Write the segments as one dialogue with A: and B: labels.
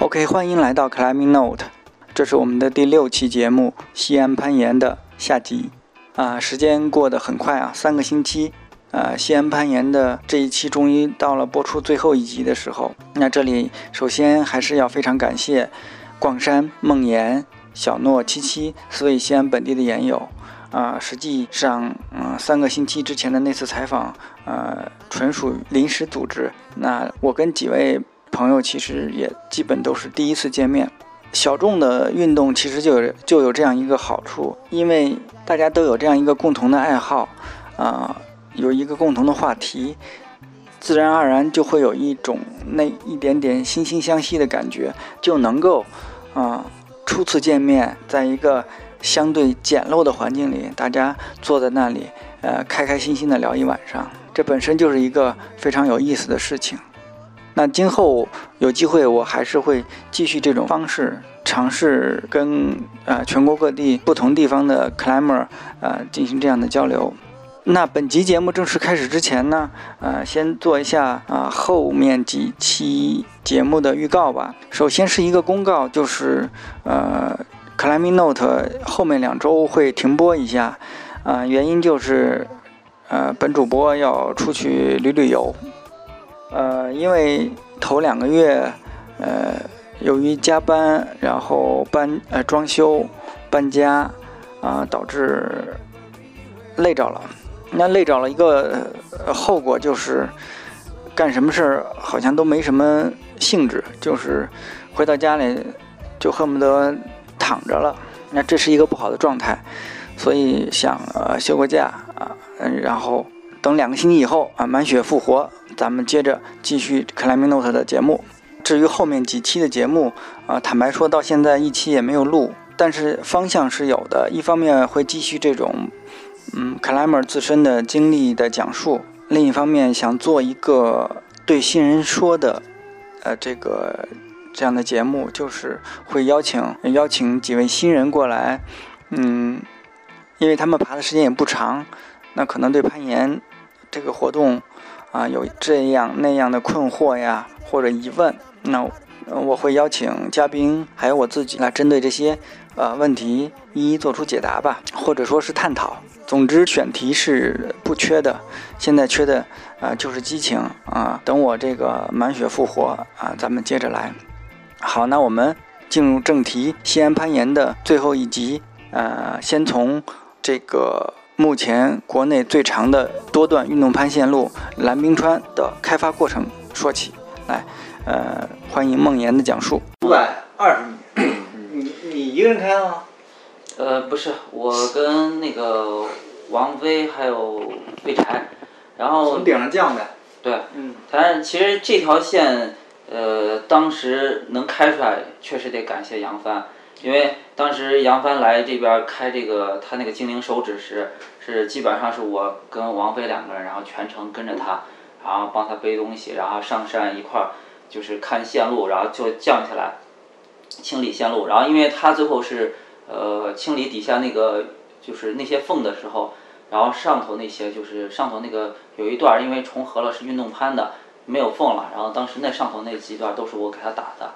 A: OK，欢迎来到 Climbing Note，这是我们的第六期节目《西安攀岩》的下集。啊、时间过得很快啊，三个星期。呃，西安攀岩的这一期终于到了播出最后一集的时候。那这里首先还是要非常感谢逛山、梦岩、小诺、七七四位西安本地的岩友。啊、实际上，嗯、三个星期之前的那次采访，呃，纯属临时组织。那我跟几位朋友其实也基本都是第一次见面。小众的运动其实就有就有这样一个好处，因为大家都有这样一个共同的爱好，啊、有一个共同的话题，自然而然就会有一种那一点点惺惺相惜的感觉，就能够，啊、初次见面，在一个相对简陋的环境里，大家坐在那里，呃，开开心心的聊一晚上，这本身就是一个非常有意思的事情。那今后有机会，我还是会继续这种方式，尝试跟呃全国各地不同地方的 climber 呃进行这样的交流。那本集节目正式开始之前呢，呃，先做一下啊、呃后面几期节目的预告吧。首先是一个公告，就是呃 Climbing Note 后面两周会停播一下，啊、原因就是呃本主播要出去旅旅游，呃，因为头两个月，呃，由于加班，然后搬呃装修、搬家，啊、导致累着了。那累着了一个、呃、后果就是，干什么事儿好像都没什么兴致，就是回到家里就恨不得躺着了。那这是一个不好的状态，所以想呃休个假啊、嗯，然后等两个星期以后啊满血复活，咱们接着继续 Climbing Note 的节目。至于后面几期的节目，啊、坦白说到现在一期也没有录，但是方向是有的。一方面会继续这种嗯 climber 自身的经历的讲述，另一方面想做一个对新人说的，呃，这个这样的节目，就是会邀请邀请几位新人过来，嗯，因为他们爬的时间也不长，那可能对攀岩这个活动啊、有这样那样的困惑呀或者疑问，那呃我会邀请嘉宾还有我自己来针对这些呃问题一一做出解答吧，或者说是探讨。总之，选题是不缺的，现在缺的啊、呃就是激情啊、等我这个满血复活啊、咱们接着来。好，那我们进入正题，西安攀岩的最后一集，呃，先从这个目前国内最长的多段运动攀线路蓝冰川的开发过程说起。来，呃，欢迎梦岩的讲述。
B: 五百二十 米，你你一个人开吗？
C: 呃，不是，我跟那个王威还有魏柴，然后
B: 从顶上降呗。
C: 对，
B: 嗯，
C: 咱其实这条线，呃，当时能开出来，确实得感谢杨帆，因为当时杨帆来这边开这个他那个精灵手指时，是基本上是我跟王菲两个人，然后全程跟着他，然后帮他背东西，然后上山一块儿就是看线路，然后就降下来，清理线路，然后因为他最后是呃清理底下那个就是那些缝的时候，然后上头那些就是上头那个有一段儿因为重合了是运动攀的，没有缝了，然后当时那上头那几段都是我给他打的，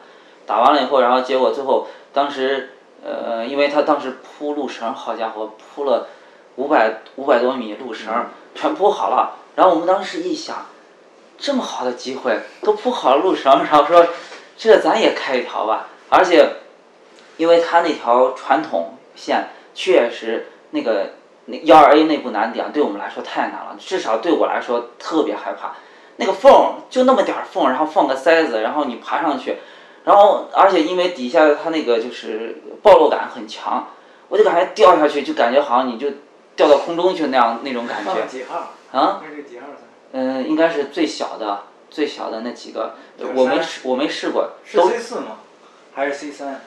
C: 打完了以后，然后结果最后当时呃因为他当时铺路绳，好家伙铺了五百五百多米路绳全铺好了，然后我们当时一想。这么好的机会都铺好了路绳，然后说这咱也开一条吧。而且，因为他那条传统线确实那个那幺二 A 那部难点对我们来说太难了，至少对我来说特别害怕。那个缝儿就那么点儿缝儿，然后放个塞子，然后你爬上去，然后而且因为底下它那个就是暴露感很强，我就感觉掉下去就感觉好像你就掉到空中去那样那种感觉。
B: 上几号？
C: 啊？
B: 那是几号的？
C: 嗯、应该是最小的最小的那几个，呃我没
B: 山
C: 试我没试过，
B: 是
C: 都
B: C 四吗？还是 C 三？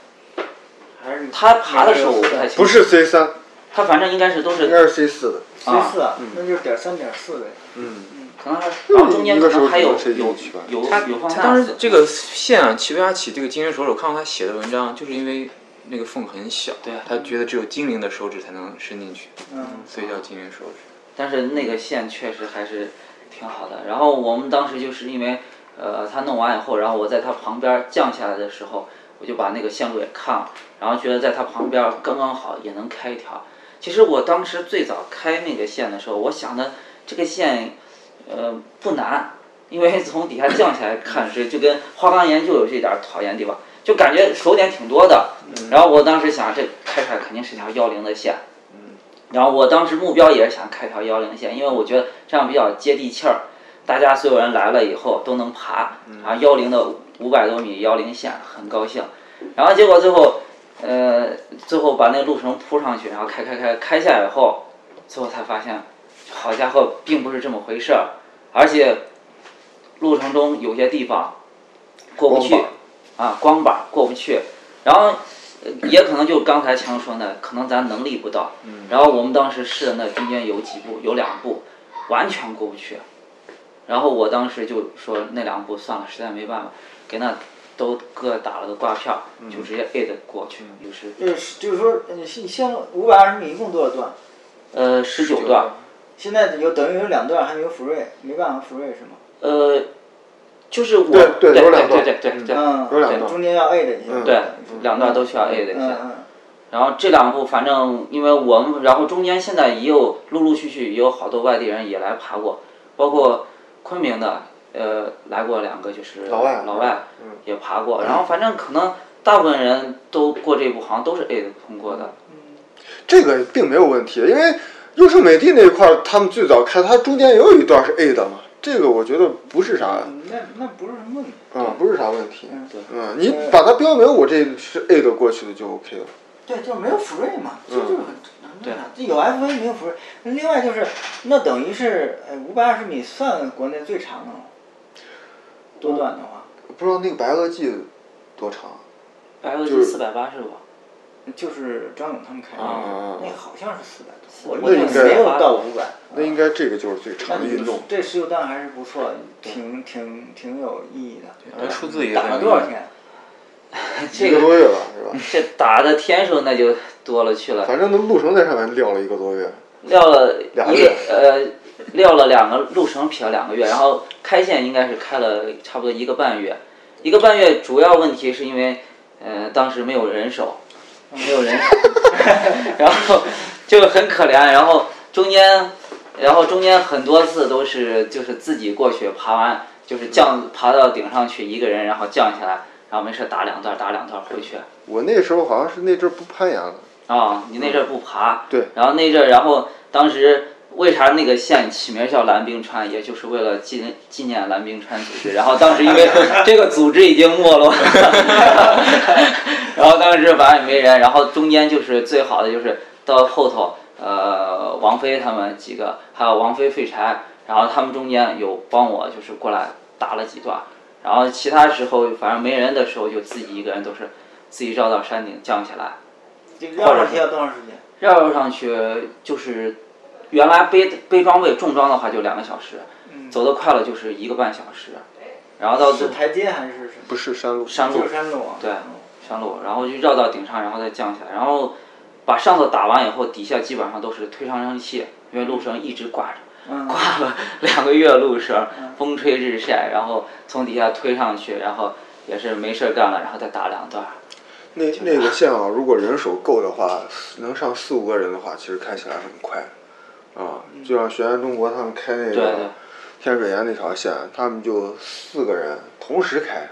B: 还是你
C: 他爬的时候我不太清楚，
D: 不 是 C 三，
C: 他反正应该是都
D: 应
C: 是
D: 该是 C 四的。
B: C 四啊，
A: 嗯
B: 那就是点三点四呗。
D: 嗯，
C: 可能还然后中间
D: 一
C: 可
D: 个手
C: 能还
D: 指
C: 有
D: 头伸进
C: 有
D: 去吧
C: 有
E: 他
C: 有放
E: 他
C: 大
E: 当时
C: 字，
E: 这个线啊，其为他起这个精灵手指，我看过他写的文章，就是因为那个缝很小，
C: 对
E: 他觉得只有精灵的手指才能伸进去，
B: 嗯，
E: 所以叫精灵手指。
C: 但是那个线确实还是挺好的。然后我们当时就是因为呃，他弄完以后，然后我在他旁边降下来的时候，我就把那个线路也看了，然后觉得在他旁边刚刚好也能开一条。其实我当时最早开那个线的时候，我想的这个线，呃，不难，因为 从底下降下来看是就跟花岗岩就有这点儿讨厌地方，就感觉手点挺多的。然后我当时想，这开出来肯定是条幺零的线。然后我当时目标也是想开条幺零线，因为我觉得这样比较接地气儿，大家所有人来了以后都能爬，然后幺零的五百多米幺零线很高兴。然后结果最后，呃，最后把那路程铺上去，然后开开开开下来以后，最后才发现，好家伙，并不是这么回事儿，而且路程中有些地方过不去
F: 光，
C: 啊，光板儿过不去，然后。呃也可能就刚才强说的，可能咱能力不到。然后我们当时试的那中间有几步，有两步完全过不去。然后我当时就说那两步算了，实在没办法，给那都各打了个挂票，就直接 A 的过去，就是
A: 就是就是说，你现五百二十米一共多少段？
C: 呃十九段，
E: 嗯
A: 现在有等于有两段还没有福瑞，没办法福瑞是吗？
C: 呃，就是我
E: 对
C: 对
E: 对有两
C: 对
E: 段
C: 对对对，
A: 嗯，
E: 有两段嗯
A: 中间要 A 的一下。
C: 对两段都需要 A 的一下。
A: 嗯
C: 然后这两步，反正因为我们，然后中间现在也有陆陆续续也有好多外地人也来爬过，包括昆明的，呃，来过两个就是老
E: 外嗯
C: 老外也爬过。然后反正可能大部分人都过这步，好像都是 A 的通过的。
A: 嗯
E: 这个并没有问题，因为优胜美地那一块儿，他们最早开，它中间也有一段是 A 的嘛，这个我觉得不是啥，
A: 嗯，那那不是什么问题。
E: 嗯，不是啥问题。嗯，你把它标明我这是 A 的过去的就 OK 了。
A: 对，就是没有福瑞嘛，
E: 嗯
A: 这就是很很正常。这有 FV 没有福瑞，另外就是那等于是呃五百二十米算国内最长的了，多段的话，
E: 不知道那个白垩纪多长？啊
C: 白俄是四百八十吧？
A: 就是张勇他们开的，
E: 啊
A: 那好像是四百多，
C: 400
A: 我印象没有到五百。
E: 那应该这个就是最长
A: 那
E: 的运动。
A: 这十九段还是不错，挺挺挺有意义的。
F: 那数字也
A: 打了多少天？
E: 一
C: 这
E: 个
C: 个
E: 多月吧，是吧？
C: 这打的天数那就多了去了，
E: 反正那路程在上面撂了一个多月。
C: 撂了
E: 俩个
C: 一
E: 月
C: 呃撂了两个路程匹了两个月，然后开线应该是开了差不多一个半月，一个半月主要问题是因为呃当时没有人手，没有 人手，然后就很可怜，然后中间然后中间很多次都是就是自己过去爬完就是降爬到顶上去一个人，然后降下来，然后没事打两段打两段回去。
E: 我那时候好像是那阵儿不攀岩了，
C: 啊、你那阵儿不爬，
E: 对，
C: 然后那阵儿，然后当时为啥那个县起名叫蓝冰川，也就是为了纪纪念蓝冰川组织。然后当时因为这个组织已经没落了， 然后当时反正也没人，然后中间就是最好的就是到后头，呃，王菲他们几个，还有王菲、废柴，然后他们中间有帮我就是过来打了几段，然后其他时候反正没人的时候就自己一个人都是自己绕到山顶降下来。
A: 这个绕上去要多长时间？
C: 绕上去就是原来背背装备重装的话就两个小时，走得快了就是一个半小时，然后到最
A: 嗯是台阶还是什么？
E: 不是山路。
C: 山路
A: 就是山路啊。
C: 对山路，然后就绕到顶上，然后再降下来，然后把上头打完以后，底下基本上都是推上升器，因为路绳一直挂着。
A: 嗯。
C: 挂了 两个月路绳， 风吹日晒，然后从底下推上去，然后也是没事儿干了，然后再打两段儿。
E: 那那个线啊，如果人手够的话，能上四五个人的话，其实开起来很快。啊，就像学员中国他们开那
C: 对
E: 个
C: 对
E: 天水岩那条线，他们就四个人同时开，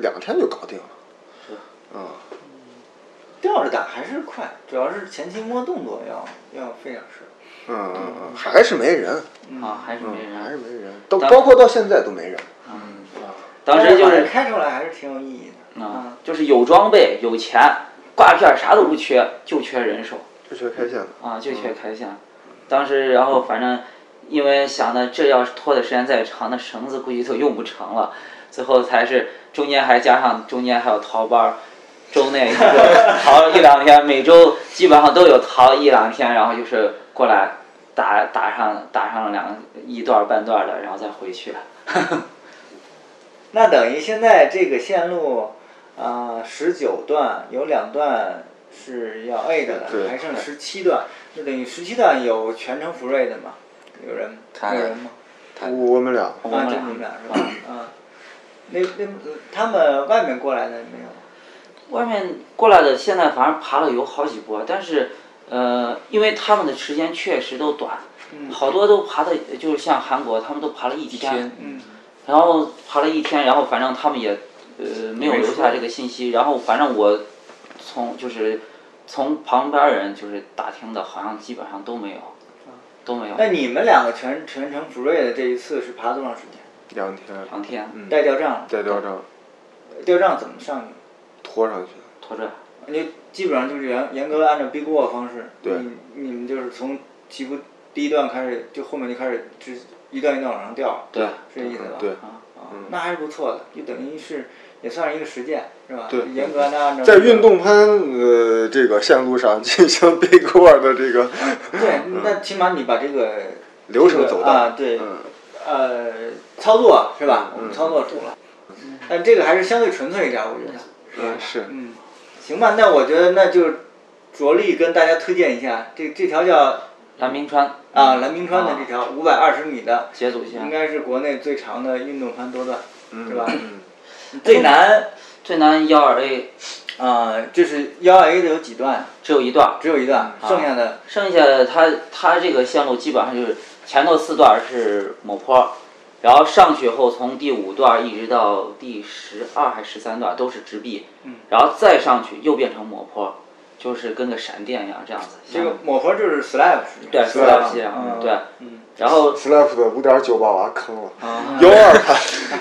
E: 两天就搞定了。
A: 吊着打还是快，主要是前期摸动作要要费点事儿。
E: 嗯嗯嗯，还是没人，
A: 嗯
C: 啊，还是没人。
E: 嗯还是没人，都包括到现在都没人。
C: 当时就
A: 但把
C: 是
A: 它开出来还是挺有意义的。
C: 啊，就是有装备、有钱，挂片儿啥都不缺，就缺人手
E: 就学开线的，
C: 啊，就缺开线。当时，然后反正因为想的，这要是拖的时间再长，那绳子估计都用不成了。最后才是中间还加上中间还有逃班儿，周内 逃一两天，每周基本上都有逃一两天，然后就是过来打打上打上两一段儿半段儿的，然后再回去。
A: 那等于现在这个线路，啊、呃，十九段有两段是要 A 的了，
E: 对
A: 还剩十七段，那等于十七段有全程福瑞的吗？有人有人吗？
E: 我我们俩，
A: 啊，就你们俩是吧？嗯，那那他们外面过来的没有？
C: 外面过来的现在反正爬了有好几波，但是呃，因为他们的时间确实都短，好多都爬的，就是像韩国，他们都嗯爬了一天，
A: 嗯，
C: 然后爬了一天，然后反正他们也呃没有留下这个信息，然后反正我从就是从旁边人就是打听的，好像基本上都没有，都没有
A: 那你们两个全全程福瑞的这一次是爬多长时间？
E: 两天，
C: 两天，嗯，
A: 带吊杖，
E: 带吊杖
A: 吊杖怎么上去？
E: 拖上去，
C: 拖着。
A: 你基本上就是严严格按照 Big Wall 方式，你你们就是从起步第一段开始，就后面就开始就是一段一段往上吊，
C: 对
A: 是这意思吧？
E: 对嗯
A: 啊，啊那还是不错的，就等于是也算是一个实践，是吧？
E: 对
A: 严格的按照
E: 在运动攀呃这个线路上进行 big wall 的这个
A: 对，那起码你把这个
E: 流程嗯走到，
A: 啊对
E: 嗯，
A: 呃操作是吧？我们操作出了，但这个还是相对纯粹一点，我觉得。
E: 嗯是，
A: 嗯，行吧，那我觉得那就着力跟大家推荐一下，这这条叫
C: 蓝冰川嗯
A: 啊蓝冰川的这
C: 哦
A: 条五百二十米的，
C: 解组线
A: 应该是国内最长的运动攀多段，是吧？
E: 嗯，
A: 最难
C: 最难幺二 A
A: 啊，就是幺 A 的有几段？
C: 只有一段，啊
A: 只有一段，剩下的
C: 剩下它它这个线路基本上就是前头四段是抹坡，然后上去后从第五段一直到第十二还十三段都是直壁，
A: 嗯
C: 然后再上去又变成抹坡，就是跟个闪电一样这样子。
A: 这个抹坡就是 slab 是吧？
C: 对，
A: 嗯
C: 四道线，对，然后
E: slap 的五点九把娃坑了，
C: 啊
E: 幺二爬，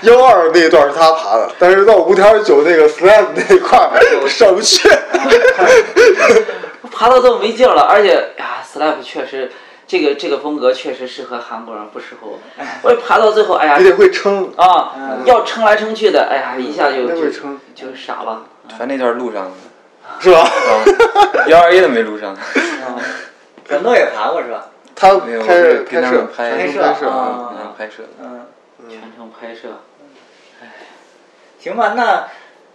E: 幺二那段是他爬的，但是到五点九那个 slap 那块儿上不去，
A: 啊
C: 爬到都没劲儿了，而且哎呀，slap 确实。这个这个风格确实适合韩国人，不适 合我。我一爬到最后，哎呀
E: 你，得会撑，嗯
C: 啊，要撑来撑去的，哎呀，一下就
E: 那
C: 就
E: 会撑啊
C: 就傻了。啊
F: 反正那段路上，
E: 是吧？
F: 幺二 A 的没路上，
A: 很哦多也爬过是吧？
E: 他
F: 没有
E: 拍
F: 我是
E: 摄
F: 跟他
E: 摄
F: 们拍
E: 拍
A: 摄
E: 拍摄
A: 啊
E: 嗯
F: 那样拍摄的。
A: 嗯，
C: 全程拍摄，
A: 行吧，那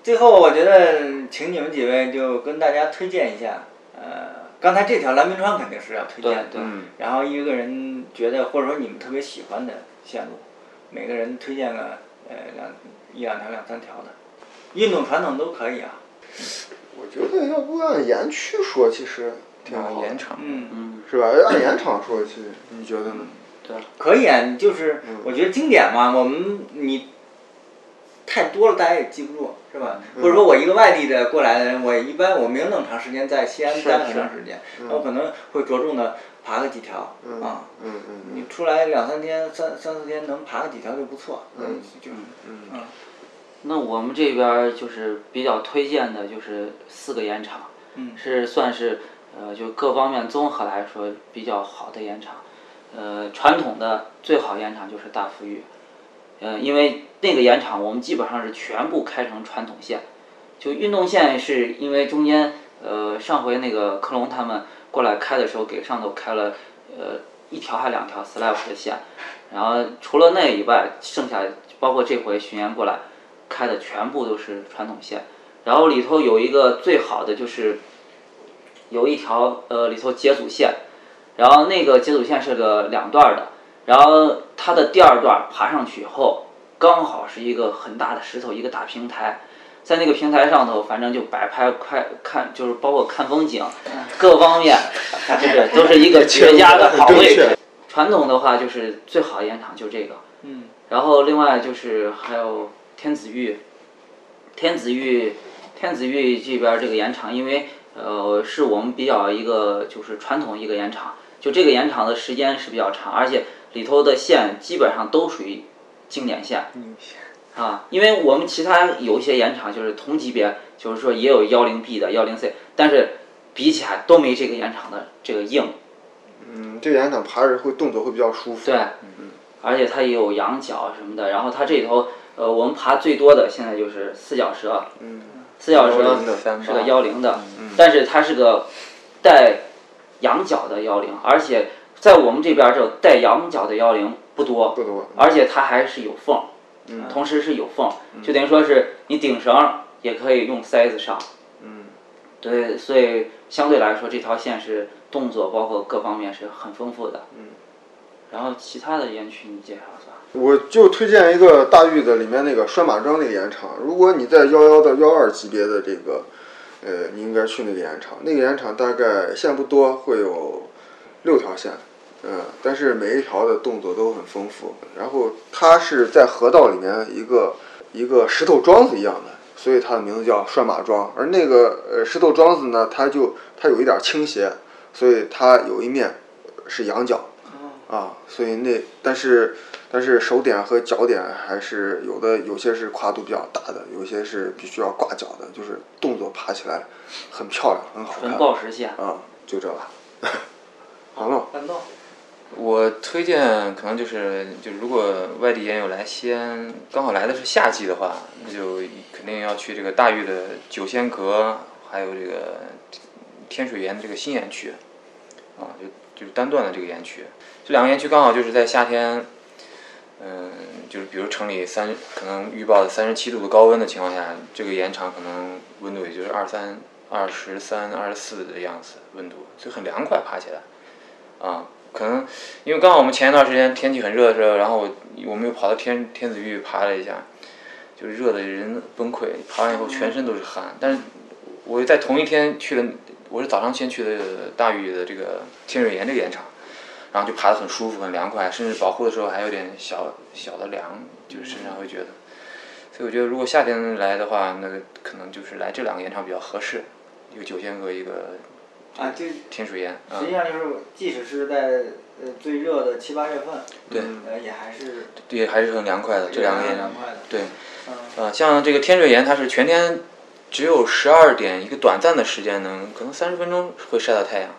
A: 最后我觉得请你们几位就跟大家推荐一下，呃，刚才这条蓝冰川肯定是要推
C: 对
A: 荐的，
C: 对，
F: 嗯
A: 然后一个人觉得或者说你们特别喜欢的线路，每个人推荐个呃两一两条两三条的，运动传统都可以啊。
E: 我觉得要不按延区说，其实挺好的，
F: 啊延长，
A: 嗯，
C: 嗯，
E: 是吧？按延长说，其实你觉得呢？
A: 可以啊，你就是我觉得经典嘛，我们你太多了，大家也记不住，是吧？或者说我一个外地的过来的人，我一般我没有那么长时间在西安待很长时间，那我可能会着重的爬个几条啊。
E: 嗯嗯嗯
A: 你出来两三天、三三四天能爬个几条就不错，嗯，就是
E: 嗯
A: 嗯
C: 那我们这边儿就是比较推荐的，就是四个延长，
A: 嗯
C: 是算是呃，就各方面综合来说比较好的延长。呃，传统的最好延长就是大富裕，呃，因为那个延长我们基本上是全部开成传统线，就运动线是因为中间呃上回那个克隆他们过来开的时候给上头开了呃一条还两条 slab 的线，然后除了那以外，剩下包括这回巡演过来开的全部都是传统线，然后里头有一个最好的就是有一条呃里头解组线，然后那个解组线是个两段儿的，然后它的第二段爬上去以后，刚好是一个很大的石头，一个大平台，在那个平台上头，反正就摆拍快看，就是包括看风景，各方面就是都是一个绝佳的好位置。传统的话就是最好的烟厂就这个，
A: 嗯
C: 然后另外就是还有天子峪，天子峪，天子峪这边儿这个盐场，因为呃是我们比较一个就是传统一个盐场，就这个盐场的时间是比较长，而且里头的线基本上都属于经典线。啊，因为我们其他有一些盐场就是同级别，就是说也有幺零 B 的、幺零 C，但是比起来都没这个盐场的这个硬。
E: 嗯，这个延长爬着会动作会比较舒服。
C: 对，嗯而且它也有羊角什么的。然后它这里头，呃，我们爬最多的现在就是四脚蛇，
E: 嗯，
C: 四脚蛇
E: 110的嗯
F: 三
C: 是
F: 八
C: 个幺零的，但是它是个带羊角的幺零，而且在我们这边儿这种带羊角的幺零不多，
E: 不多。
C: 而且它还是有缝，嗯，同时是有缝，就等于说是你顶绳也可以用塞子上，
E: 嗯，
C: 对，所以相对来说这条线是动作包括各方面是很丰富的，嗯，然后其他的烟区你介绍一下。
E: 我就推荐一个大峪的里面那个拴马庄那个烟厂，如果你在幺幺到幺二级别的这个，呃，你应该去那个烟厂。那个烟厂大概线不多，会有六条线，嗯，但是每一条的动作都很丰富。然后它是在河道里面一个一个石头桩子一样的，所以它的名字叫拴马桩。而那个呃石头桩子呢，它就它有一点倾斜，所以它有一面是仰角，啊，所以那但是但是手点和脚点还是有的，有些是跨度比较大的，有些是必须要挂脚的，就是动作爬起来很漂亮，很好看。
C: 纯报时线
E: 啊，就这吧。好了，
A: 难道
F: 我推荐可能就是，就如果外地烟友来西安，刚好来的是夏季的话，啊那就肯定要去这个大峪的九仙阁，还有这个天水园的这个新园区，啊，就就是单段的这个园区，这两个园区刚好就是在夏天，嗯，就是比如城里三可能预报的三十七度的高温的情况下，这个盐场可能温度也就是二三、二十三、二十四的样子温度，就很凉快，爬起来。啊，可能因为刚好我们前一段时间天气很热的时候，然后我我们又跑到天天子峪爬了一下，就是热的人崩溃，爬完以后全身都是汗。但是我在同一天去了，我是早上先去的大峪的这个天水岩这个岩场，然后就爬得很舒服、很凉快，甚至保护的时候还有点小小的凉，就是身上会觉得。所以我觉得，如果夏天来的话，那个可能就是来这两个岩场比较合适，一个九仙阁，一个
A: 啊？就
F: 天水岩。啊
A: 实。际上就是，即使是在呃最热的七八月份，对，呃也还是
F: 对，还是很凉快的。这两个
A: 很
F: 岩
A: 凉快的。
F: 对，啊、像这个天水岩，它是全天只有十二点一个短暂的时间能，可能三十分钟会晒到太阳。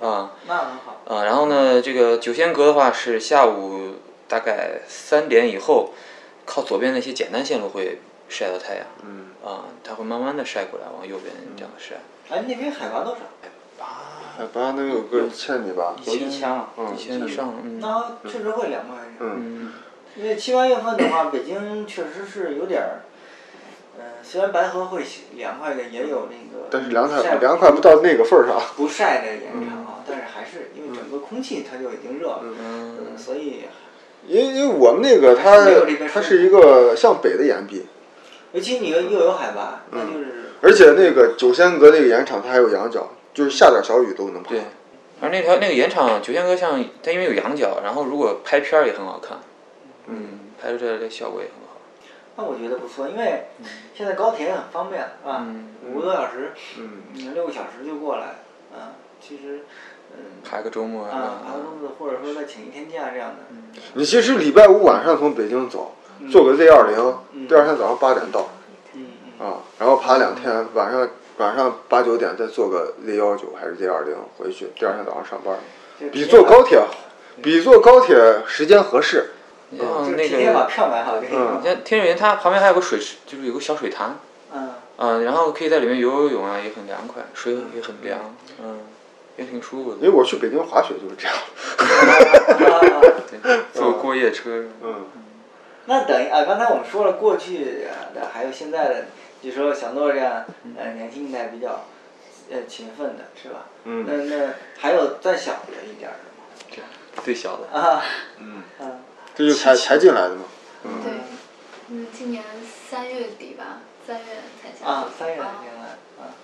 A: 啊，那很好。
F: 啊，然后呢，这个九仙阁的话是下午大概三点以后，靠左边那些简单线路会晒到太阳。嗯。啊，它会慢慢的晒过来，往右边这样晒。
A: 哎，那边海拔多少？
E: 海拔能有个一千米吧？
C: 有一千了，
F: 一千以上，嗯。
A: 那确实会凉快一点。
F: 嗯
A: 因为七八月份的话，北京确实是有点儿，嗯，虽然白河会凉快一点，也有那个，
E: 但是凉快凉快不到那个份儿上。
A: 不晒的延
E: 嗯
A: 长啊，但是还是因为整个空气它就已经热了，嗯，所以
E: 因因为我们那个它
A: 没有这边
E: 它是一个向北的岩壁，
A: 尤其你又又有海拔，那就是
E: 嗯而且那个九仙阁那个岩场它还有羊角，就是下点小雨都能爬。
F: 对而那条那个岩场九仙阁像，它因为有羊角，然后如果拍片儿也很好看。嗯。拍出来的效果也很好。
A: 那我觉得不错，因为现在高铁也很方便，是吧？五个多小时，嗯，六个小时就过来，啊，其实，嗯，
F: 爬个周末
A: 啊，爬个桌子或者说再请一天假这样的，
E: 你其实礼拜五晚上从北京走，坐个 Z 二零，第二天早上八点到，
A: 嗯嗯，
E: 啊，然后爬两天，晚上晚上八九点再坐个 Z 幺九还是 Z 二零回去，第二天早上上班，比坐高铁比坐高铁时间合适。
F: 像
A: 就
F: 那
A: 提前把
F: 个，
A: 票买好就
E: 嗯
A: 可以
F: 你像天水园，它旁边还有个水池，就是有个小水潭，
A: 嗯，
F: 嗯，然后可以在里面游游泳啊，也很凉快，水也很凉，嗯，也挺舒服
E: 因为
F: 的。
E: 我去北京滑雪就是这样，
F: 对，坐过夜车，嗯，
A: 那等于啊，刚才我们说了过去的，还有现在的，比如说小诺这样，呃，年轻一代比较，呃，勤奋的是吧？嗯。那那还有再小的一点儿的
F: 最小的，
A: 吗？ 啊。
E: 这就才才进来的嘛。
G: 对，嗯，今年三月底吧，三月才下
A: 啊
G: 去，
A: 三月才
G: 啊
A: 进来啊。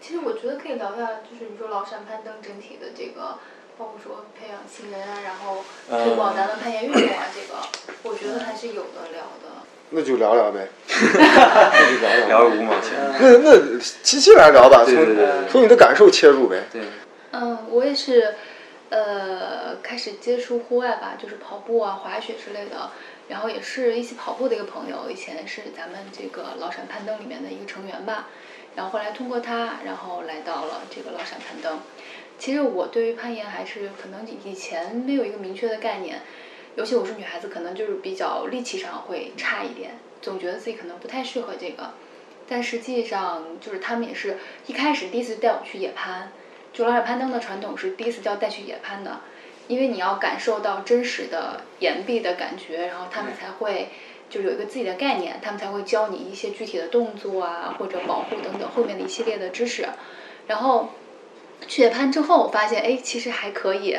G: 其实我觉得可以聊一下，就是你说崂山攀登整体的这个，包括说培养新人啊，然后推
A: 嗯
G: 广咱们攀岩运动啊，这个我觉得还是有的聊的。
E: 那就聊聊呗，那就聊
F: 聊
E: 聊
F: 了
E: 呗。
F: 五毛钱，
E: 那那七七来聊吧，从
F: 对对对对
E: 从你的感受切入呗。
F: 对，
G: 嗯，我也是，呃，开始接触户外吧，就是跑步啊、滑雪之类的。然后也是一起跑步的一个朋友，以前是咱们这个崂山攀登里面的一个成员吧。然后后来通过他，然后来到了这个崂山攀登。其实我对于攀岩还是可能以前没有一个明确的概念，尤其我是女孩子，可能就是比较力气上会差一点，总觉得自己可能不太适合这个。但实际上，就是他们也是一开始第一次带我去野攀，就崂山攀登的传统是第一次就要带去野攀的，因为你要感受到真实的岩壁的感觉，然后他们才会就有一个自己的概念，他们才会教你一些具体的动作啊，或者保护等等后面的一系列的知识。然后去野攀之后，我发现哎，其实还可以。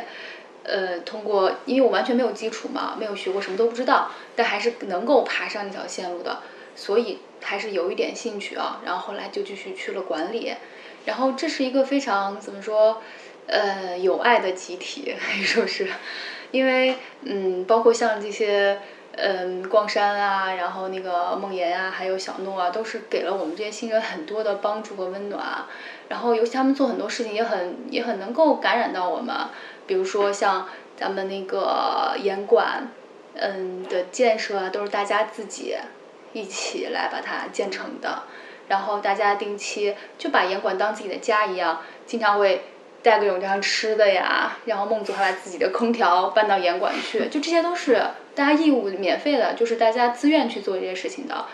G: 呃，通过因为我完全没有基础嘛，没有学过，什么都不知道，但还是能够爬上那条线路的，所以还是有一点兴趣啊。然后后来就继续去了管理，然后这是一个非常怎么说，呃，有爱的集体， 可以说是，因为嗯，包括像这些。嗯，光山啊，然后那个梦妍啊，还有小诺啊，都是给了我们这些新人很多的帮助和温暖。然后，尤其他们做很多事情也很也很能够感染到我们，比如说像咱们那个严管，嗯的建设啊，都是大家自己一起来把它建成的。然后大家定期就把严管当自己的家一样，经常会带各种各样吃的呀，然后孟总还把自己的空调搬到严管去，就这些都是大家义务免费的，就是大家自愿去做这些事情的，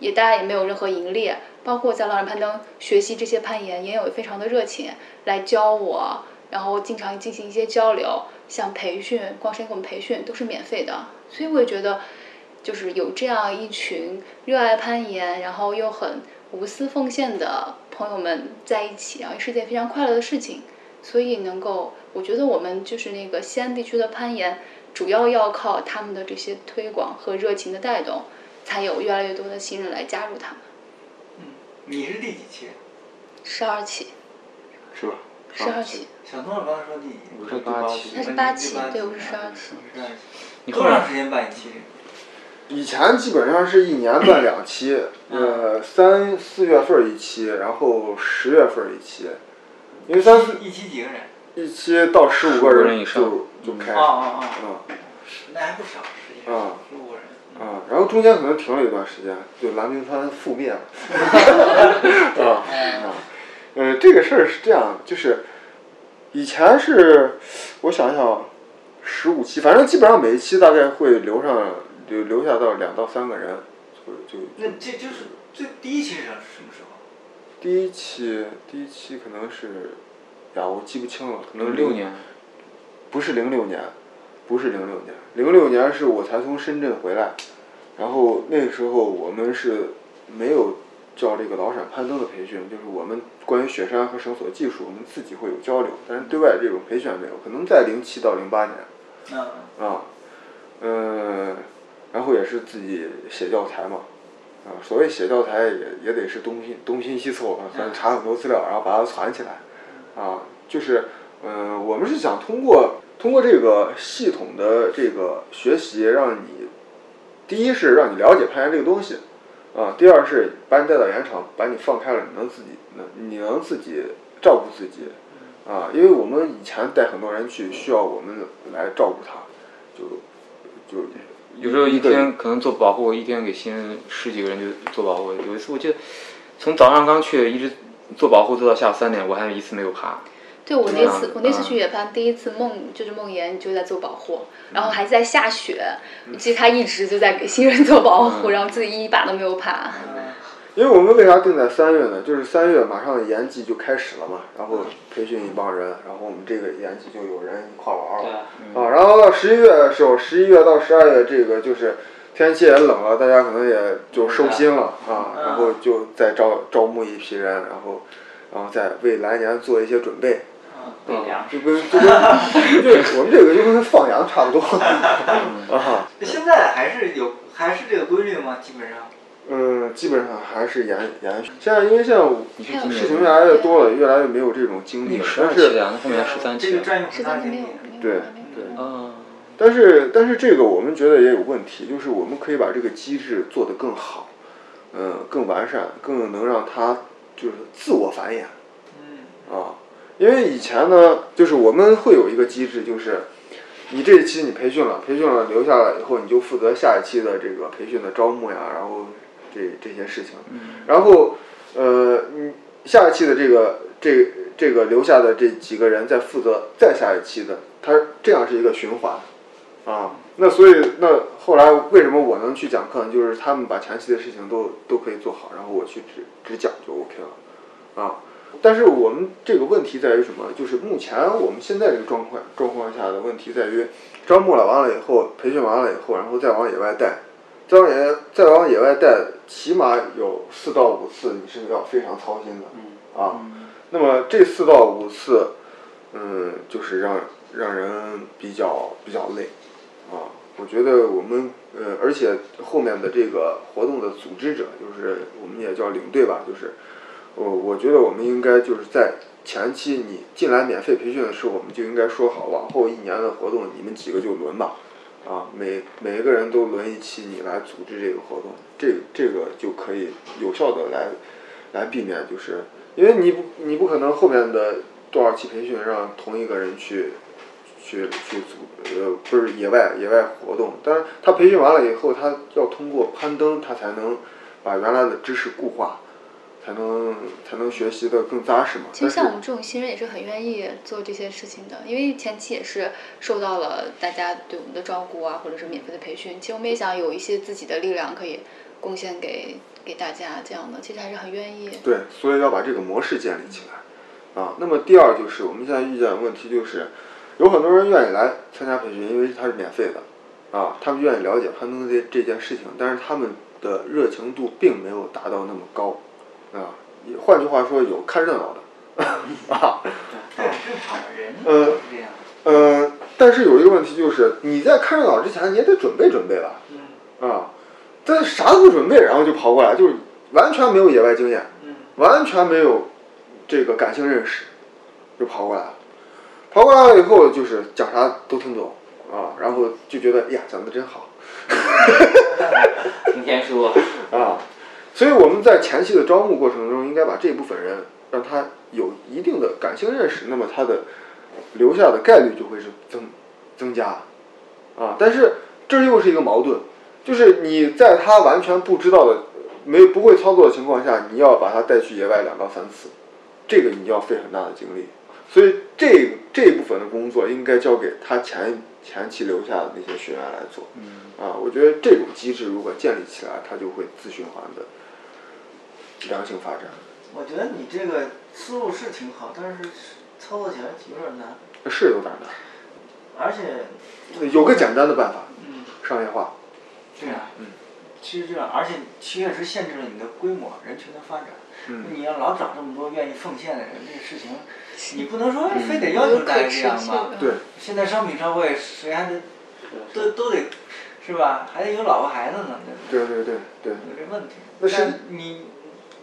G: 也大家也没有任何盈利，包括在老人攀登学习这些攀岩，也有非常的热情来教我，然后经常进行一些交流，像培训，光山给我们培训都是免费的，所以我也觉得。就是有这样一群热爱攀岩，然后又很无私奉献的朋友们在一起，然后是件非常快乐的事情。所以能够，我觉得我们就是那个西安地区的攀岩，主要要靠他们的这些推广和热情的带动，才有越来越多的新人来加入他们。
A: 你是第几期？
G: 十二期，
F: 是吧？
G: 十二期，
A: 小诺刚才说第几？
F: 我是八期
G: 他是
A: 你
G: 八
A: 你
G: 期
A: 八，
G: 对，
A: 期
G: 我是十二期。
A: 十二期。
F: 你后
A: 多
F: 面
A: 长时间办一期？
E: 以前基本上是一年办两期，呃，三四月份一期，然后十月份一期，因为三四
A: 一期几个人？
E: 一期到十五个
F: 15人以
E: 人
F: 上
E: 就就开始，
A: 哦哦哦，
E: 嗯
A: 那还不少，实际上
E: 嗯
A: 十五个人。
E: 啊，然后中间可能停了一段时间，就蓝冰川覆 灭了，啊
F: 嗯
E: 啊，呃，这个事儿是这样，就是以前是我想想，十五期，反正基本上每一期大概会留上留留下到两到三个人，就就
A: 那这就是最第一期是什么时候？
E: 第一期，第一期可能是，呀，我记不清了，可能
F: 六年，
A: 嗯
E: 不是零六年，不是零六年，零六年是我才从深圳回来，然后那时候我们是没有叫这个老陕攀登的培训，就是我们关于雪山和绳索技术，我们自己会有交流，但是对外这种培训还没有，可能在零七到零八年
A: 嗯，
E: 啊，嗯，然后也是自己写教材嘛。啊，所谓写教材也也得是东拼东拼西凑，啊咱查很多资料，然后把它攒起来。啊，就是，呃，我们是想通过通过这个系统的这个学习，让你第一是让你了解攀岩这个东西，啊，第二是把你带到岩场，把你放开了，你能自己能你能自己照顾自己，啊，因为我们以前带很多人去，需要我们来照顾他，就就
F: 有时候一
E: 个人
F: 天可能做保护，一天给新人十几个人就做保护。有一次我记得，从早上刚去一直做保护做到下午三点，我还一次没有爬。
G: 对我那次
F: 嗯，
G: 我那次去野攀，第一次梦就是梦妍就在做保护，然后还在下雪，我记得她一直就在给新人做保护，然后自己一把都没有爬。
E: 因为我们为啥定在三月呢？就是三月马上延季就开始了嘛，然后培训一帮人，然后我们这个延季就有人一块玩
C: 对
E: 了啊。然后到十一月的时候，十一月到十二月这个就是天气也冷了，大家可能也就收心了啊，然后就再招招募一批人，然后然后再为来年做一些准备。
C: 对粮食
E: 就跟就跟就我们这个就跟放羊差不多啊，
A: 那现在还是有还是这个规律吗？基本上。
E: 嗯，基本上还是延延续。现在因为现在我
F: 你是今
E: 事情
F: 年
E: 越来越多了，越来越没有这种精力了。
F: 十二
E: 但
F: 期
E: 是，
F: 啊，那后面十三
A: 这
F: 期
A: 个
F: 啊。
A: 专业很
G: 实
A: 大
G: 在是
A: 精
G: 没有
A: 力
G: 没。有
E: 对
G: 没有嗯
A: 对
G: 没有
F: 啊，
E: 但是，但是这个我们觉得也有问题，就是我们可以把这个机制做得更好，嗯，更完善，更能让它就是自我繁衍
A: 嗯。
E: 啊。因为以前呢，就是我们会有一个机制，就是你这一期你培训了，培训了留下来以后，你就负责下一期的这个培训的招募呀，然后这这些事情。然后呃，你下一期的这个这这个留下的这几个人再负责再下一期的，它这样是一个循环啊。那所以那后来为什么我能去讲课呢？就是他们把前期的事情都都可以做好，然后我去只只讲就 OK 了啊。但是我们这个问题在于什么？就是目前我们现在这个状况状况下的问题在于，招募了完了以后，培训完了以后，然后再往野外带，再往野再往野外带，起码有四到五次你是要非常操心的啊。那么这四到五次，嗯，就是让让人比较比较累啊。我觉得我们呃，而且后面的这个活动的组织者，就是我们也叫领队吧，就是我我觉得我们应该就是在前期你进来免费培训的时候，我们就应该说好，往后一年的活动你们几个就轮吧，啊，每每一个人都轮一期，你来组织这个活动，这这个就可以有效的来来避免，就是因为你不你不可能后面的多少期培训让同一个人去去去组呃不是野外野外活动，但是他培训完了以后，他要通过攀登，他才能把原来的知识固化，才能才能学习的更扎实嘛。
G: 其
E: 但
G: 实
E: 是
G: 像我们这种新人也是很愿意做这些事情的，因为前期也是受到了大家对我们的照顾啊，或者是免费的培训。其实我们也想有一些自己的力量可以贡献给给大家，这样的其实还是很愿意。
E: 对，所以要把这个模式建立起来啊。那么第二就是我们现在遇见的问题就是，有很多人愿意来参加培训，因为它是免费的啊，他们愿意了解攀登这这件事情，但是他们的热情度并没有达到那么高啊。也换句话说，有看热闹的啊，
A: 这是正常的人
E: 呃
A: 都是这样。
E: 嗯，但是有一个问题就是，你在看热闹之前，你也得准备准备吧。嗯。啊，但是啥都不准备，然后就跑过来，就是完全没有野外经验，
A: 嗯
E: 完全没有这个感性认识，就跑过来了。跑过来了以后，就是讲啥都听不懂啊，然后就觉得哎呀讲的真好
C: 听天书，
E: 啊。所以我们在前期的招募过程中，应该把这部分人让他有一定的感性认识，那么他的留下的概率就会是增增加啊。但是这又是一个矛盾，就是你在他完全不知道的、没不会操作的情况下，你要把他带去野外两到三次，这个你要费很大的精力。所以这这一部分的工作应该交给他前前期留下的那些学员来做。啊，我觉得这种机制如果建立起来，它就会自循环的良性发展。
A: 我觉得你这个思路是挺好，但是操作起来有点难，
E: 是有点难，
A: 而且
E: 有个简单的办法，
A: 嗯
E: 商业化。
A: 对啊，
F: 嗯
A: 其实这样，而且确实限制了你的规模、人群的发展。
F: 嗯
A: 你要老找这么多愿意奉献的人，这个事情，你不能说非得要求大家这样吧？
G: 对
A: 现在商品社会，谁还得都都得是吧？还得有老婆孩子呢，这
E: 对对对对，
A: 有这问题。
E: 那是
A: 但你，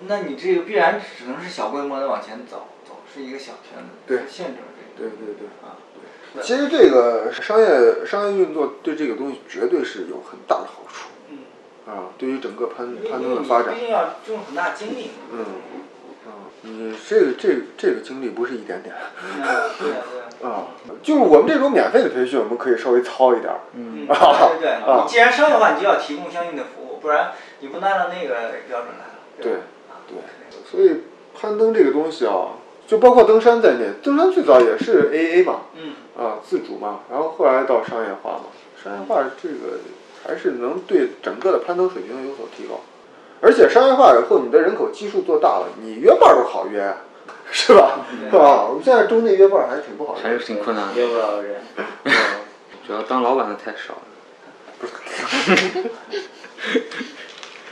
A: 那你这个必然只能是小规模的往前走，走是一个小圈子，
E: 对
A: 是限制了这
E: 对
A: 个。
E: 对对
A: 啊，
E: 对。其实这个商业商业运作对这个东西绝对是有很大的好处
A: 嗯，
E: 啊，对于整个攀
A: 因为
E: 攀
A: 因
E: 登
A: 为
E: 的
A: 你
E: 发展
A: 毕，竟要用很大精力嘛。
E: 嗯，啊，你这个这个这个经历不是一点点。
A: 嗯对啊对啊。
E: 啊，就是我们这种免费的培训，我们可以稍微糙一点儿，
A: 嗯，
E: 啊
A: 对对对，
E: 啊
A: 你既然商业化，你就要提供相应的服务，不然你不能按照那个标准来了。
E: 对
A: 吧
E: 对，所以攀登这个东西啊，就包括登山在内，登山最早也是 AA 嘛，
A: 嗯，
E: 啊自主嘛，然后后来到商业化嘛，商业化这个还是能对整个的攀登水平有所提高，而且商业化以后，你的人口基数做大了，你约伴儿都好约， 是吧？是吧？我们现在中内约伴儿还是挺不好约的，
F: 还是挺困难
C: 约
F: 的，
A: 啊
C: 不了人。
F: 主要当老板的太少了。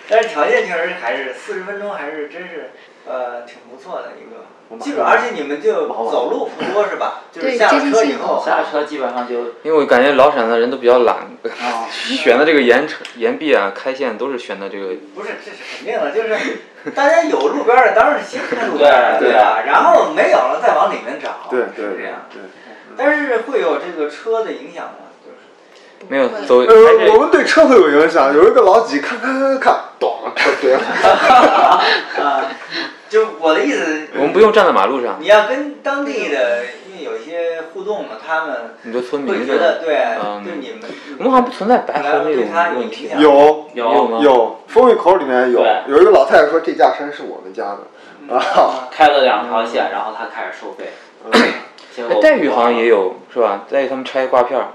A: 但是条件确实还是四十分钟，还是真是呃挺不错的一个
E: 马
A: 基
E: 上
A: 本，而且你们就走路不多是吧？就是下了车以后，
C: 下了车基本上就
F: 因为我感觉老陕的人都比较懒，
A: 啊，
F: 选的这个岩城岩壁啊、开线都是选的这个
A: 不是这是肯定的，就是大家有路边儿的当然是先看路边儿的，
C: 对
A: 对吧？然后没有了再往里面找，
E: 对对
A: 是这
E: 对
A: 样。
E: 对。
A: 但是会有这个车的影响吗？就是
F: 没有走，还
E: 呃，我
F: 是
E: 们对车会有影响，有一个老几看看看看，咚，车怼 了。
A: 啊，就我的意思，
F: 我们不用站在马路上
A: 你，要跟当地的，因为有一些互动嘛，他们
F: 你的村
A: 会
F: 民
A: 觉得
F: 的，
A: 对，
F: 嗯
A: 对你们，
F: 我们好像不存在白
A: 来
F: 河那
A: 对他
F: 种
A: 有
F: 问
A: 影
F: 题。
A: 响，
E: 有
F: 有吗
E: 有，风雨口里面有
C: 对
E: 有一个老太太说这架山是我们家
F: 嗯
E: 的啊，嗯
C: 开了两条线，然后他开始收费，结
F: 哎
C: 果
F: 待遇好像也，有是吧？待遇他们拆挂片儿，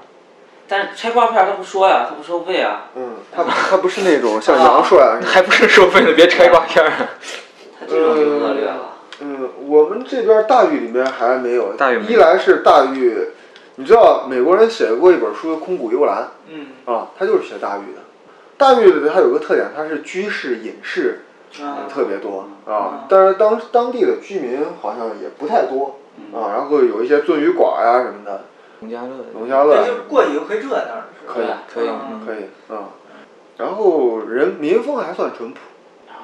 C: 但是拆挂片儿他不说呀，他不收费啊，
E: 嗯，它它不是那种像杨帅啊，
F: 还不是收费的，别拆 挂片儿啊。
C: 他这种就恶劣了。
E: 嗯，我们这边大峪里面还没有，
F: 大峪没有
E: 一来是大峪，你知道美国人写过一本书《空谷幽兰》，
A: 嗯，
E: 啊，它就是写大峪的。大峪里它有个特点，它是居室隐士
F: 嗯
A: 啊
E: 特别多啊，但是当
F: 嗯
E: 当地的居民好像也不太多啊，然后有一些鳟鱼馆呀、什么的，
F: 农家乐。
E: 农家乐
A: 对，就过去就可以热闹了，是吧
E: 可
A: 嗯
E: 以
F: 可以
A: 嗯
E: 可以啊。然后人民风还算淳朴，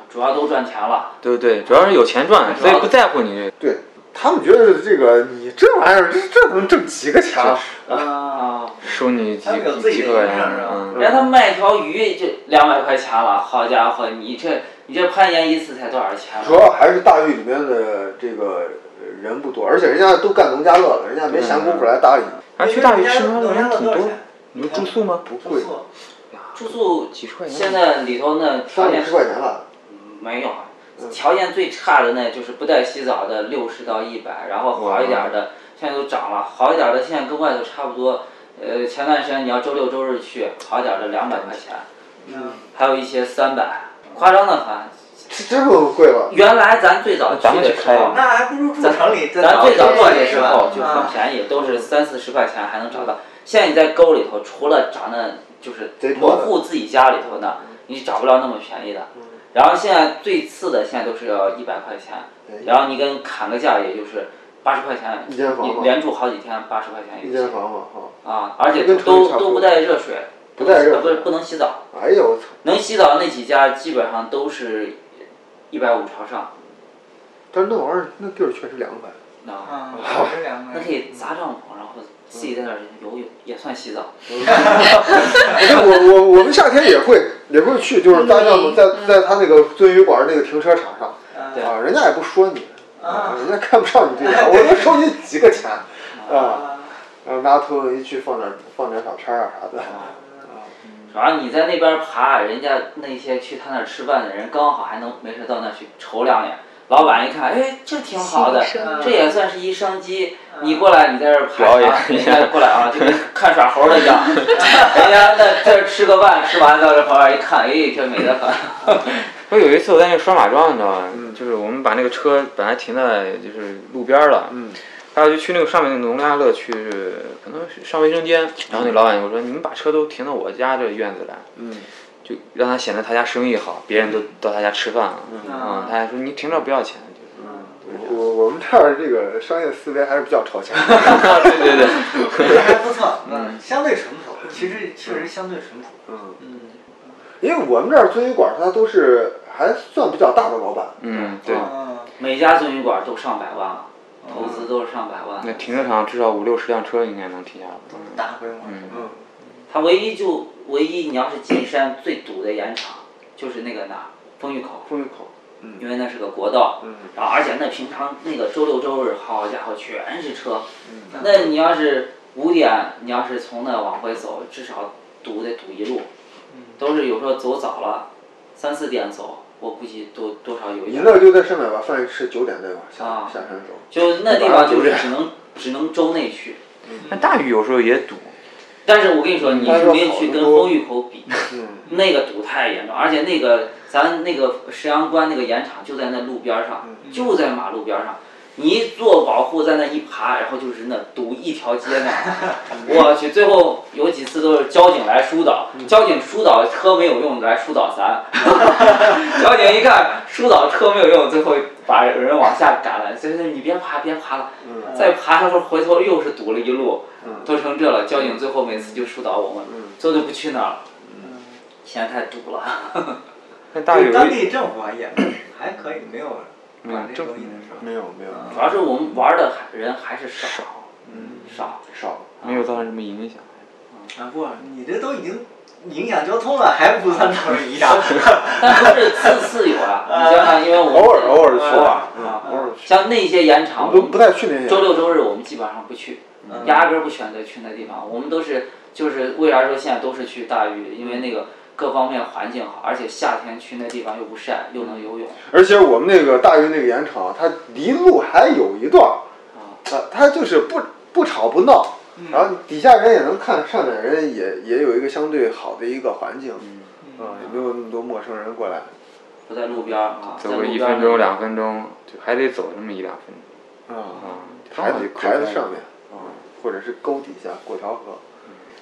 C: 主要都赚钱了，
F: 对对，主要是有钱赚，所以不在乎你这个。
E: 对他们觉得这个你这玩意儿这这能挣几个钱啊？
C: 啊，
F: 收你几
A: 他们有自己
F: 几
A: 的
F: 十块
A: 印象是
F: 钱，
A: 吧
F: 嗯，
C: 人家他卖条鱼就两百块钱了，好家伙，你这你这攀岩一次才多少钱？啊
E: 主要还是大峪里面的这个人不多，而且人家都干农家乐了，人家没闲工夫来搭理你。
F: 而去大屿吃
A: 农
F: 饭的
A: 家
F: 人
A: 乐
F: 挺
A: 多少
F: 多
A: 钱。？嗯
F: 你说住宿吗？不
A: 不错，
C: 住宿
F: 几十块钱。
C: 现在里头那条
E: 三
C: 件
E: 五十块钱了，
C: 没有，
F: 嗯
C: 条件最差的呢就是不带洗澡的六十到一百，然后好一点儿的现在都涨了，好一点儿的现在跟外头差不多。呃，前段时间你要周六周日去，好点儿的两百块钱，
A: 嗯，
C: 还有一些三百，夸张的很。
E: 这这么贵了？
C: 原来咱最早去
F: 咱们
C: 的
F: 去
C: 时
F: 开
C: 候，
A: 那还不如住城里，这
C: 咱
A: 早
C: 最早
A: 上
C: 做
A: 过
C: 的
A: 去
C: 时
A: 是吧
C: 候就
A: 啊
C: 很便宜，都是
F: 嗯
C: 三四十块钱还能找到。现在你在沟里头，除了找那就是
E: 贼多
C: 模
E: 的
C: 糊自己家里头的，
F: 嗯
C: 你找不了那么便宜的。然后现在最次的现在都是要一百块钱，然后你跟砍个价，也就是八十块钱，
E: 一间房
C: 你
E: 吗
C: 连住好几天，八十块钱
E: 一
C: 也
E: 间
C: 行
E: 房嘛哈。
C: 啊！而且
E: 跟城
C: 都
E: 里差不
C: 都不
E: 多
C: 带热水，
E: 不带热水
C: 呃不是不能洗澡，
E: 哎呦我操！
C: 能洗澡那几家基本上都是一百五朝上，
E: 但是那玩意儿那地儿确实凉快。
C: 啊。
A: 嗯，好是两个
C: 那
A: 人
C: 可以砸帐篷，然后自己在那儿游泳，也算洗澡。
E: 嗯我我我们夏天也会也会去，就是搭帐
C: 嗯
E: 篷在在他那个鳟鱼馆那个停车场上，啊，人家也不说你，
C: 嗯
E: 啊，人家看不上你这个，我能收你几个钱，啊，
A: 啊
E: 然后拿投影仪去放点放点小片儿啊啥的，
C: 主要你在那边爬，人家那些去他那儿吃饭的人，刚好还能没事到那儿去瞅两眼。老板一看，哎，这挺好的
G: 新生，
C: 这也算是一商机。你过来，你在这儿爬
F: 表演
C: 啊，人家过来啊，就跟看耍猴儿的 一样。人家那这儿吃个饭，吃完到这旁边一看，哎，这美得很。
F: 我有一次我在那个拴马桩，你知道吗？就是我们把那个车本来停在就是路边儿了，嗯，后来就去那个上面那个农家乐去，可能是上卫生间，然后那老板就说：“你们把车都停到我家这院子来。”嗯。就让他显得他家生意好，别人都到他家吃饭了。嗯
A: 啊
F: 他还说你停这儿不要钱，就是嗯
E: 我我们这儿这个商业思维还是比较超前的，
F: 对对对，
A: 还不错，嗯，相对淳朴，其实确实相对淳朴，嗯
E: 因为我们这儿鳟鱼馆它都是还算比较大的老板，
F: 嗯对，
A: 嗯，
C: 每家鳟鱼馆都上百万了，投资都是上百万。
F: 那停车场至少五六十辆车应该能停下来。嗯
A: 大规模，嗯，
C: 它唯一就唯一，你要是进山最堵的盐场，就是那个哪儿丰峪口，
E: 风雨口，
C: 因为那是个国道，然后而且那平常那个周六周日，好家伙，全是车。那你要是五点，你要是从那往回走，至少堵得堵一路，都是有时候走早了，三四点走，我估计多多少有一
E: 你
C: 点。
E: 那就在上面吧，饭是九点对吧？下
C: 啊
E: 下山走，
C: 就那地方就是只能只能周内去，
F: 那大雨有时候也堵，
C: 但是我跟你说，你
E: 但是
C: 是没
E: 好
C: 去
E: 得
C: 跟
E: 多嗯
C: 丰峪口比，那个堵太严重，而且那个咱那个石阳关那个盐场就在那路边儿上，
E: 嗯
C: 就在马路边儿上。你一做保护在那一爬，然后就是那堵一条街 那，我去，最后有几次都是交警来疏导，
E: 嗯
C: 交警疏导车没有用，来疏导咱。交警一看疏导车没有用，最后把人往下赶了，就是你别爬，别爬了，再爬他说回头又是堵了一路，都成这了，交警最后每次就疏导我们，最后就不去那儿了，嫌太堵了。
F: 那大雨
A: 当地政府还啊也还可以，没有
C: 嗯
A: 管这
F: 政
A: 东西的是吧？
E: 没有没有，
C: 主要是我们玩的还人还是少，少，
E: 少，
F: 没有造成什么影响。
A: 啊不，你这都已经影响交通了，还不算城里一 样，
C: 但不是次次有啊。你想想，因为我们
E: 偶尔偶尔去
C: 偶尔
E: 吧，
C: 啊，
E: 偶尔去，
C: 像那些盐场，
E: 都不太去那些，
C: 周六周日我们基本上不去，
F: 嗯
C: 压根儿不选择去那地方。我们都是就是为啥说现在都是去大屿，因为那个各方面环境好，而且夏天去那地方又不晒，又能游泳。
E: 而且我们那个大运那个盐场，它离路还有一段儿，它它就是不不吵不闹，然后底下人也能看，上面人也也有一个相对好的一个环境，啊，也没有那么多陌生人过来，
C: 不在路边儿啊，在
F: 走
C: 路
F: 个一
C: 边儿
F: 分钟、两分钟，就还得走那么一两分钟。
E: 啊，
F: 挺
E: 还
F: 好
E: 得
F: 的
E: 还在上面，啊，或者是沟底下过条河，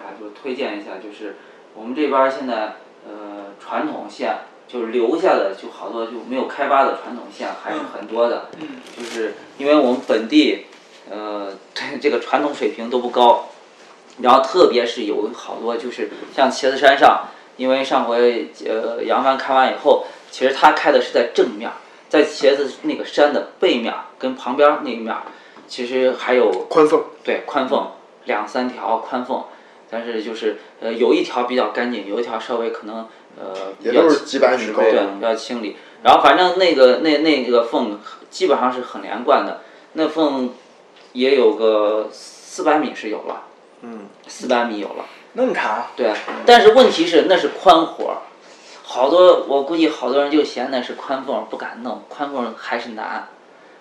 C: 啊，就推荐一下，就是我们这边儿现在呃传统线就是留下的就好多就没有开发的传统线还是很多的，就是因为我们本地呃这个传统水平都不高，然后特别是有好多就是像茄子山上，因为上回呃杨帆开完以后，其实他开的是在正面儿，在茄子那个山的背面儿跟旁边儿那一面儿，其实还有
E: 宽缝，
C: 对宽缝两三条宽缝，但是就是呃有一条比较干净，有一条稍微可能呃
E: 也
C: 比较
E: 都是几百米高。
C: 对，要清理。然后反正那个那那个缝基本上是很连贯的，那缝也有个四百米是有了，
E: 嗯，
C: 四百米有了。
A: 那么长，
C: 对，但是问题是那是宽活儿，好多我估计好多人就嫌那是宽缝儿不敢弄，宽缝儿还是难。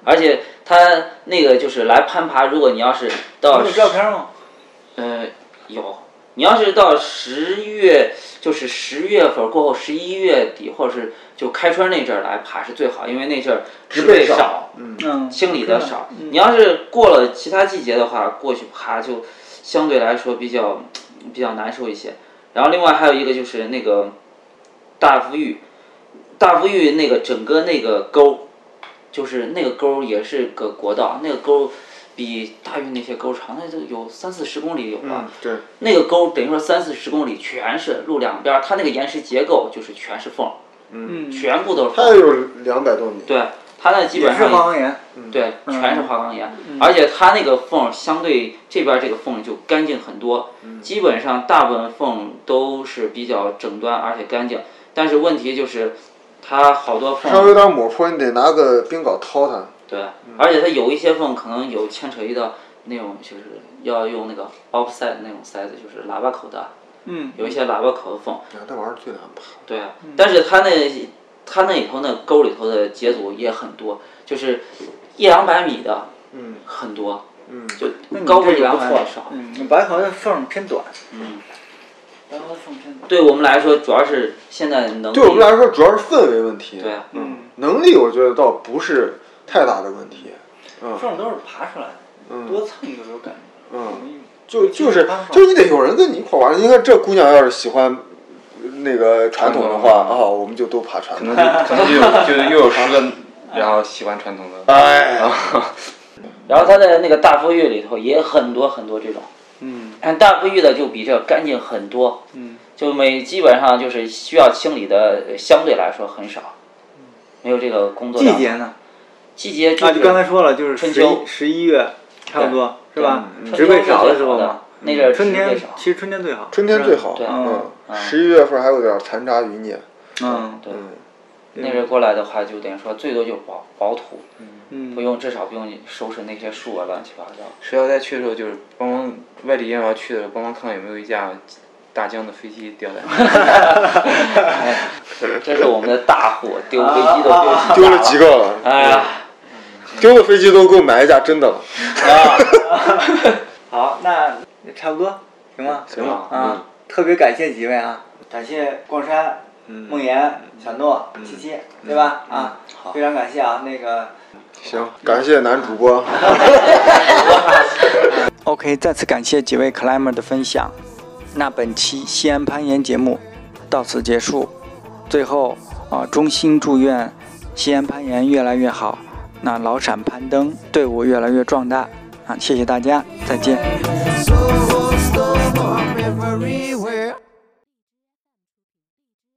C: 而且他那个就是来攀爬，如果你要是到
A: 有照片吗？
C: 呃，有。你要是到十月，就是十月份过后，十一月底或者是就开春那阵儿来爬是最好，因为那阵儿植被
E: 少
C: 少，
A: 嗯，
C: 清理的
A: 是
C: 少。你要是过了其他季节的话，过去爬就相对来说比较比较难受一些。然后另外还有一个就是那个大福峪，大福峪那个整个那个沟，就是那个沟也是个国道，那个沟比大峪那些沟长，那就有三四十公里有了。
E: 嗯，对，
C: 那个沟等于说三四十公里全是路两边儿，它那个岩石结构就是全是缝儿，
A: 嗯，
C: 全部都是缝
E: 它
C: 儿。
E: 有两百多米。对，
C: 对，它那基
A: 也
C: 本
A: 是
C: 上
A: 花岗岩，
C: 嗯对，全是花岗岩，而且它那个缝儿相对这边儿这个缝就干净很多，基本上大部分缝都是比较整端而且干净，但是问题就是它好多缝
E: 稍微有点抹坡，你得拿个冰镐掏它。
C: 对，嗯而且它有一些缝可能有牵扯到那种就是要用那个 offset 那种塞子，就是喇叭口的，
A: 嗯，
C: 有一些喇叭口的缝，
E: 啊那玩意儿最难爬。
C: 对，但是它那它那里头那沟里头的节阻也很多，就是一两百米的
E: 嗯
C: 很多，
E: 嗯，
C: 就
A: 那你
C: 高过
A: 这
C: 一
A: 个
C: 两
A: 不
C: 百
A: 错
C: 米少。
A: 嗯，白河的缝偏短，
C: 嗯，
A: 白河的缝偏短，
C: 对我们来说，主要是现在能
E: 对我们来说主要是氛围问题。
C: 对啊
E: 嗯，能力我觉得倒不是太大的问题。嗯
A: 缝都是爬出来的，多蹭就有感觉，
E: 嗯，
A: 嗯，
E: 就就是
A: 嗯
E: 就是你得有人跟你一块儿玩儿。你看这姑娘要是喜欢那个传统的话
F: 传统
E: 啊，我们就都爬传
F: 可能
E: 统。
F: 就可能就有就又有十个，然后喜欢传统的。
E: 哎，
C: 然后它的那个大富裕里头也很多很多这种，
A: 嗯
C: 但大富裕的就比这干净很多，
A: 嗯，
C: 就每基本上就是需要清理的呃相对来说很少，
A: 嗯
C: 没有这个工作
A: 季
C: 量。
A: 节呢？
C: 季节就
A: 啊，
C: 是
A: 就刚才说了，就是
C: 春
A: 十
C: 秋
A: 一十一月差不多是吧？嗯植
C: 春天
A: 被
C: 是
A: 少
C: 最
A: 的时候
C: 好
A: 嘛，
C: 那阵儿
A: 春
C: 植
A: 天
C: 被少
A: 其实春天最好，
E: 春天
A: 是吧
E: 最好。
C: 对
E: 嗯，
C: 嗯
E: 十一月份还有点残渣余孽。
A: 嗯
C: 对，
E: 嗯，
C: 那阵儿过来的话，就等于说最多就是薄薄土，
A: 嗯，
C: 不用至少不用收拾那些树啊，乱七八糟。
F: 谁要再去的时候，就是啊帮忙外地人要去的时候，帮忙看看有没有一架大疆的飞机掉在。
C: 哎这是我们的大户，丢飞机都丢
E: 丢
C: 丢
E: 了几个？了，
C: 哎呀，
E: 丢了飞机都给我买一架真的了。
A: 好，那差不多行吗？
E: 行了， 嗯
A: 啊，特别感谢几位啊，感谢光山、
E: 嗯
A: 梦岩、小诺、七七，对吧？啊，非常感谢啊，那个。
E: 行，感谢男主播。
H: OK，再次感谢几位 climber 的分享。那本期西安攀岩节目到此结束。最后啊、衷心祝愿西安攀岩越来越好，那老陕攀登队伍越来越壮大啊！谢谢大家，再见。
I: So storm everywhere.